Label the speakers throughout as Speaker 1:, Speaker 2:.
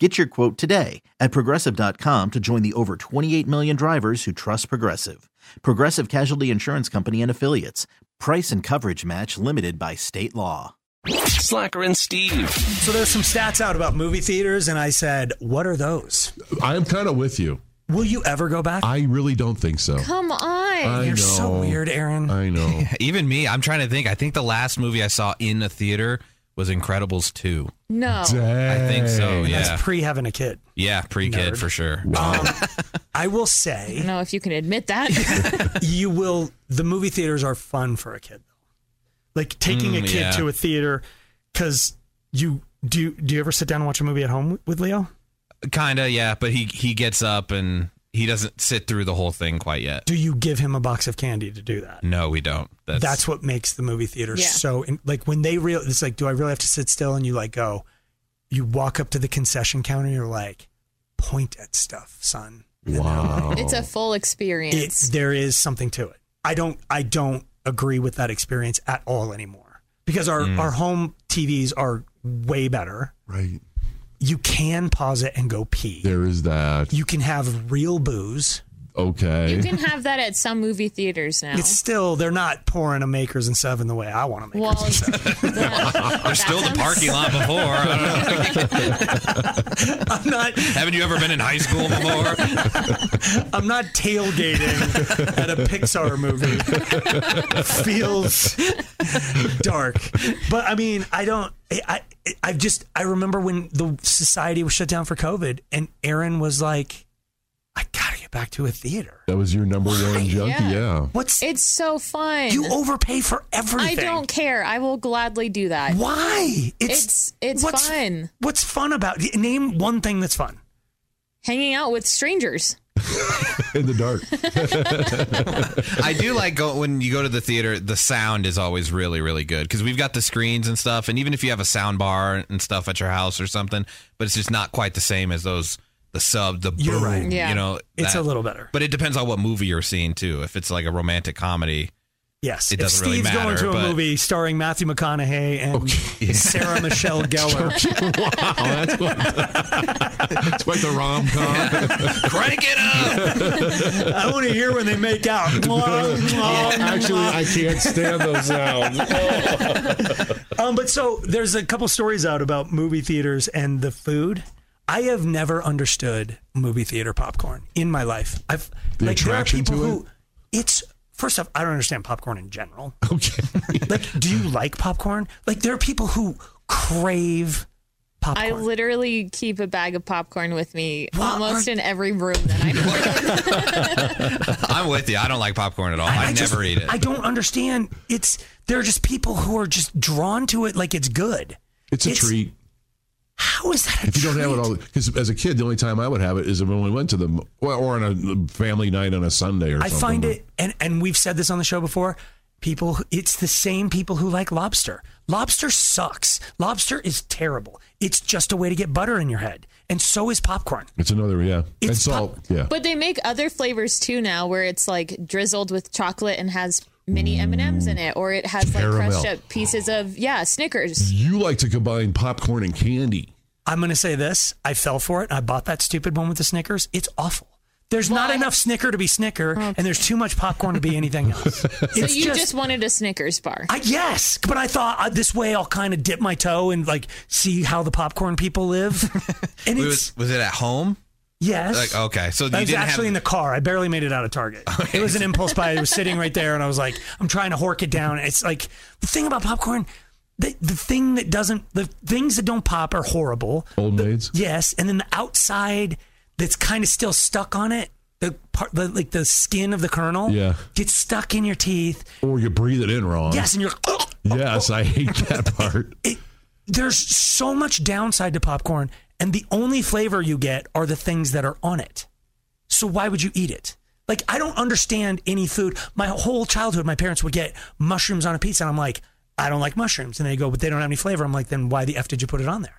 Speaker 1: Get your quote today at progressive.com to join the over 28 million drivers who trust Progressive. Progressive Casualty Insurance Company and Affiliates. Price and coverage match limited by state law.
Speaker 2: Slacker and Steve.
Speaker 3: So there's some stats out about movie theaters, and I said, "What are those?
Speaker 4: I am kind of with you.
Speaker 3: Will you ever go back?"
Speaker 4: I really don't think so.
Speaker 5: Come on.
Speaker 4: I
Speaker 3: You're so
Speaker 4: know.
Speaker 3: weird, Aaron.
Speaker 4: I know.
Speaker 6: Even me, I'm trying to think. I think the last movie I saw in a theater was Incredibles 2.
Speaker 5: no.
Speaker 6: I think so.
Speaker 4: Dang.
Speaker 6: Yeah.
Speaker 3: That's pre having a kid.
Speaker 6: yeah, pre-kid
Speaker 3: Nerd.
Speaker 6: for sure.
Speaker 3: Um, I will say,
Speaker 5: No, if you can admit that.
Speaker 3: you will. The movie theaters are fun for a kid, though. Like taking a
Speaker 6: Mm,
Speaker 3: kid
Speaker 6: yeah.
Speaker 3: to a theater, because you do. You, do you ever sit down and watch a movie at home with Leo?
Speaker 6: Kinda, yeah, but he he gets up and he doesn't sit through the whole thing quite yet.
Speaker 3: Do you give him a box of candy to do that?
Speaker 6: No, we don't. That's,
Speaker 3: That's what makes the movie theater
Speaker 5: Yeah.
Speaker 3: so. In, like when they real, it's like, do I really have to sit still? And you like go, you walk up to the concession counter, and you're like, point at stuff, son.
Speaker 4: Wow.
Speaker 5: it's a full
Speaker 3: It,
Speaker 5: experience.
Speaker 3: there is something to it. I don't, I don't agree with that experience at all anymore because our our home TVs are way better.
Speaker 4: right.
Speaker 3: You can pause it and go pee.
Speaker 4: There is that.
Speaker 3: You can have real booze.
Speaker 4: Okay.
Speaker 5: you can have that at some movie theaters now.
Speaker 3: It's still they're not pouring a makers and seven the way I want to make.
Speaker 5: well, that- that
Speaker 6: There's still
Speaker 5: sounds-
Speaker 6: the parking lot before. I don't know.
Speaker 3: I'm not.
Speaker 6: Haven't you ever been in high school before?
Speaker 3: I'm not tailgating at a Pixar movie. Feels dark, but I mean, I don't. I, I I've just I remember when the society was shut down for COVID, and Aaron was like, "I gotta get back to a theater."
Speaker 4: that was your number one junkie. Yeah.
Speaker 5: Yeah.
Speaker 3: What's
Speaker 5: It's so fun.
Speaker 3: you overpay for
Speaker 5: I
Speaker 3: everything?
Speaker 5: don't care. I will gladly do that.
Speaker 3: Why?
Speaker 5: It's- it's
Speaker 3: what's,
Speaker 5: fun.
Speaker 3: What's fun about? Name one thing that's fun.
Speaker 5: Hanging out with strangers.
Speaker 4: In the dark.
Speaker 6: I do like go, when you go to the theater. The sound is always really, really good because we've got the screens and stuff. And even if you have a sound bar and stuff at your house or something, but it's just not quite the same as those the sub, the
Speaker 3: You're
Speaker 6: boom.
Speaker 3: right.
Speaker 5: Yeah.
Speaker 6: You know,
Speaker 3: It's
Speaker 6: that.
Speaker 3: a little better.
Speaker 6: But it depends on what movie you're seeing too. If it's like a romantic comedy,
Speaker 3: Yes.
Speaker 6: It
Speaker 3: if
Speaker 6: doesn't really
Speaker 3: Steve's going
Speaker 6: matter,
Speaker 3: to a
Speaker 6: but-
Speaker 3: movie starring Matthew McConaughey and Sarah Michelle Gellar,
Speaker 4: wow. That's what. That's quite the rom com.
Speaker 6: crank it up.
Speaker 3: I want to hear when they make out.
Speaker 4: Actually, I can't stand those sounds.
Speaker 3: um, but so there's a couple stories out about movie theaters and the food. I have never understood movie theater popcorn in my life. I've
Speaker 4: The
Speaker 3: like there are
Speaker 4: attraction to
Speaker 3: people
Speaker 4: it?
Speaker 3: who it's first off, I don't understand popcorn in general.
Speaker 4: Okay.
Speaker 3: Like, do you like popcorn? Like there are people who crave popcorn.
Speaker 5: I literally keep a bag of popcorn with me
Speaker 3: What
Speaker 5: almost
Speaker 3: are-
Speaker 5: in every room that I'm in.
Speaker 6: I'm with you. I don't like popcorn at all.
Speaker 3: I
Speaker 6: Oh, I,
Speaker 3: just-
Speaker 6: never eat it.
Speaker 3: I don't understand. It's there are just people who are just drawn to it like it's good.
Speaker 4: It's a treat.
Speaker 3: How is that? A
Speaker 4: If you don't have it
Speaker 3: treat?
Speaker 4: all, because as a kid, the only time I would have it is when we went to the, well, or on a family night on a Sunday or
Speaker 3: I
Speaker 4: something.
Speaker 3: find it, and and we've said this on the show before. People, who- it's the same people who like lobster. Lobster sucks. Lobster is terrible. It's just a way to get butter in your head, and so is popcorn.
Speaker 4: It's another, yeah.
Speaker 3: It's
Speaker 4: and salt, yeah.
Speaker 5: But they make other flavors too now, where it's like drizzled with chocolate and has mini M and M's in it, or it has like crushed
Speaker 4: Caramel.
Speaker 5: up pieces of yeah Snickers.
Speaker 4: You like to combine popcorn and candy.
Speaker 3: I'm gonna say this. I fell for it. I bought that stupid one with the Snickers. It's awful. There's not
Speaker 5: Well-
Speaker 3: enough Snicker to be Snicker, and there's too much popcorn to be anything else.
Speaker 5: Oh, So
Speaker 3: It's
Speaker 5: you just, wanted a Snickers bar.
Speaker 3: I, yes, but I thought uh, this way I'll kind of dip my toe and like see how the popcorn people live. And
Speaker 6: We
Speaker 3: it's
Speaker 6: was, was it at home?
Speaker 3: yes.
Speaker 6: Like okay, so you
Speaker 3: I was
Speaker 6: didn't
Speaker 3: actually
Speaker 6: have.
Speaker 3: in the car. I barely made it out of Target. It was an impulse buy. It was sitting right there, and I was like, I'm trying to hork it down. It's like the thing about popcorn, the, the thing that doesn't, the things that don't pop are horrible.
Speaker 4: Old maids.
Speaker 3: Yes, and then the outside that's kind of still stuck on it, the part, the, like the skin of the kernel,
Speaker 4: Yeah.
Speaker 3: gets stuck in your teeth.
Speaker 4: Or you breathe it in wrong.
Speaker 3: Yes, and you're like, "Ugh."
Speaker 4: Yes, I hate that part.
Speaker 3: it, there's so much downside to popcorn, and the only flavor you get are the things that are on it. So why would you eat it? Like I don't understand any food. My whole childhood, my parents would get mushrooms on a pizza, and I'm like, I don't like mushrooms. And they go, but they don't have any flavor. I'm like, then why the f did you put it on there?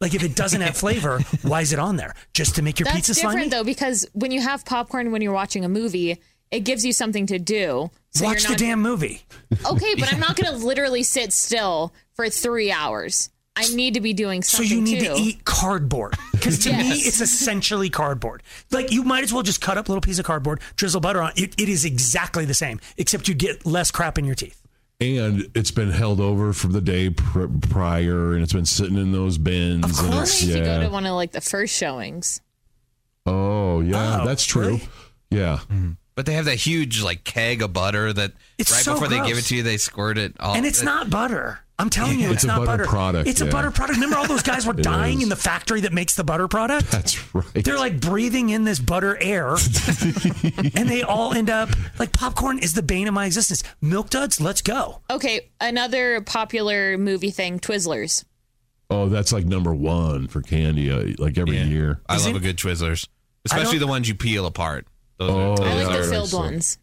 Speaker 3: Like if it doesn't have flavor, why is it on there? Just to make your
Speaker 5: That's
Speaker 3: pizza
Speaker 5: different
Speaker 3: slimy?
Speaker 5: though because when you have popcorn when you're watching a movie, it gives you something to do. So
Speaker 3: Watch
Speaker 5: you're
Speaker 3: the
Speaker 5: not,
Speaker 3: damn movie.
Speaker 5: Okay, but I'm not going to literally sit still for three hours. I need to be doing
Speaker 3: So
Speaker 5: something.
Speaker 3: you need
Speaker 5: too.
Speaker 3: to eat cardboard because to me
Speaker 5: Yes.
Speaker 3: it's essentially cardboard. Like you might as well just cut up a little piece of cardboard, drizzle butter on it. It is exactly the same, except you get less crap in your teeth.
Speaker 4: and it's been held over from the day pr- prior, and it's been sitting in those bins.
Speaker 3: Of
Speaker 4: and
Speaker 5: Only
Speaker 4: it's-
Speaker 5: if you go
Speaker 4: yeah.
Speaker 5: to one of like the first showings.
Speaker 4: Oh yeah,
Speaker 3: Oh,
Speaker 4: that's true.
Speaker 3: really?
Speaker 4: Yeah,
Speaker 6: But they have that huge like keg of butter that
Speaker 3: It's
Speaker 6: right
Speaker 3: so
Speaker 6: before they give it
Speaker 3: gross.
Speaker 6: to you, they squirt it. All,
Speaker 3: and it's
Speaker 6: that-
Speaker 3: not butter. I'm telling you,
Speaker 4: Oh,
Speaker 3: it's,
Speaker 4: It's a
Speaker 3: not butter,
Speaker 4: butter product,
Speaker 3: It's
Speaker 4: yeah.
Speaker 3: a butter product. Remember, all those guys were
Speaker 4: It
Speaker 3: dying
Speaker 4: is.
Speaker 3: in the factory that makes the butter product.
Speaker 4: that's right.
Speaker 3: They're like breathing in this butter air, and they all end up like popcorn is the bane of my existence. Milk duds, let's go.
Speaker 5: Okay, another popular movie thing, Twizzlers.
Speaker 4: oh, that's like number one for candy, uh, like every
Speaker 6: Yeah.
Speaker 4: year.
Speaker 6: I love
Speaker 3: Isn't-
Speaker 6: a good Twizzlers,
Speaker 3: I
Speaker 6: especially
Speaker 3: don't-
Speaker 6: the ones you peel apart. Those
Speaker 4: Oh,
Speaker 6: are,
Speaker 5: I like
Speaker 4: yeah,
Speaker 5: the
Speaker 4: right,
Speaker 5: filled
Speaker 4: so-
Speaker 5: ones.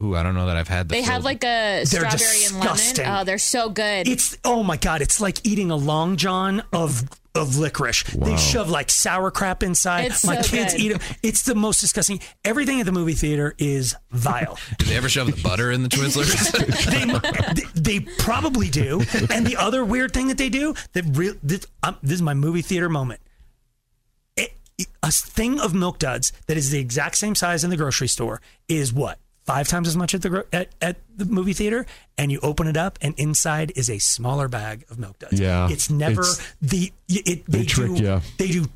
Speaker 6: Ooh, I don't know that I've had. The
Speaker 5: They have
Speaker 6: filled-
Speaker 5: like a strawberry and
Speaker 3: disgusting.
Speaker 5: lemon. Oh, they're so good.
Speaker 3: It's oh my god! It's like eating a long john of of licorice. They shove like sour crap inside.
Speaker 5: It's
Speaker 3: my
Speaker 5: so
Speaker 3: kids
Speaker 5: good.
Speaker 3: eat them. It's the most disgusting. Everything at the movie theater is vile.
Speaker 6: Do they ever shove the butter in the Twizzlers?
Speaker 3: they, they probably do. And the other weird thing that they do that real this, um, this is my movie theater moment. It, it- a thing of milk duds that is the exact same size in the grocery store is what five times as much at the gro- at, at the movie theater, and you open it up, and inside is a smaller bag of milk duds.
Speaker 4: Yeah.
Speaker 3: it's never
Speaker 4: It's-
Speaker 3: the it, it they,
Speaker 4: trick
Speaker 3: do,
Speaker 4: ya.
Speaker 3: They do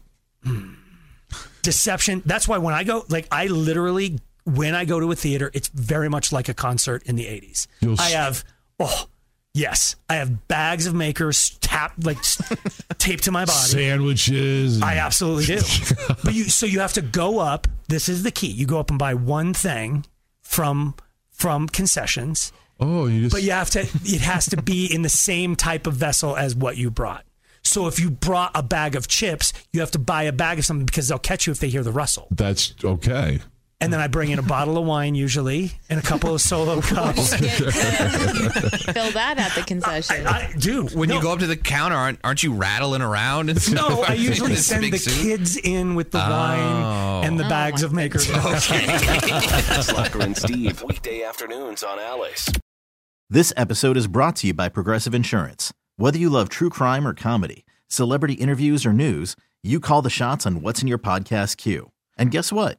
Speaker 3: deception. That's why when I go, like, I literally, when I go to a theater, it's very much like a concert in the 80s.
Speaker 4: You'll
Speaker 3: I
Speaker 4: s-
Speaker 3: have, oh, yes, I have bags of makers tap, like, s- taped to my body.
Speaker 4: Sandwiches. and-
Speaker 3: I absolutely do. but you, so you have to go up. This is the key. You go up and buy one thing from from concessions,
Speaker 4: oh, you just
Speaker 3: but you have to. It has to be in the same type of vessel as what you brought. So if you brought a bag of chips, you have to buy a bag of something because they'll catch you if they hear the rustle.
Speaker 4: that's okay.
Speaker 3: And then I bring in a bottle of wine usually and a couple of solo cups.
Speaker 5: Fill that at the concession.
Speaker 3: I, dude,
Speaker 6: when
Speaker 3: no,
Speaker 6: you go up to the counter, aren't, aren't you rattling around? And stuff?
Speaker 3: No, I usually
Speaker 6: This
Speaker 3: send
Speaker 6: big
Speaker 3: the
Speaker 6: suit?
Speaker 3: kids in with the wine and the bags of makers.
Speaker 2: Slacker and Steve. Weekday afternoons on Alice.
Speaker 1: This episode is brought to you by Progressive Insurance. Whether you love true crime or comedy, celebrity interviews or news, you call the shots on what's in your podcast queue. And guess what?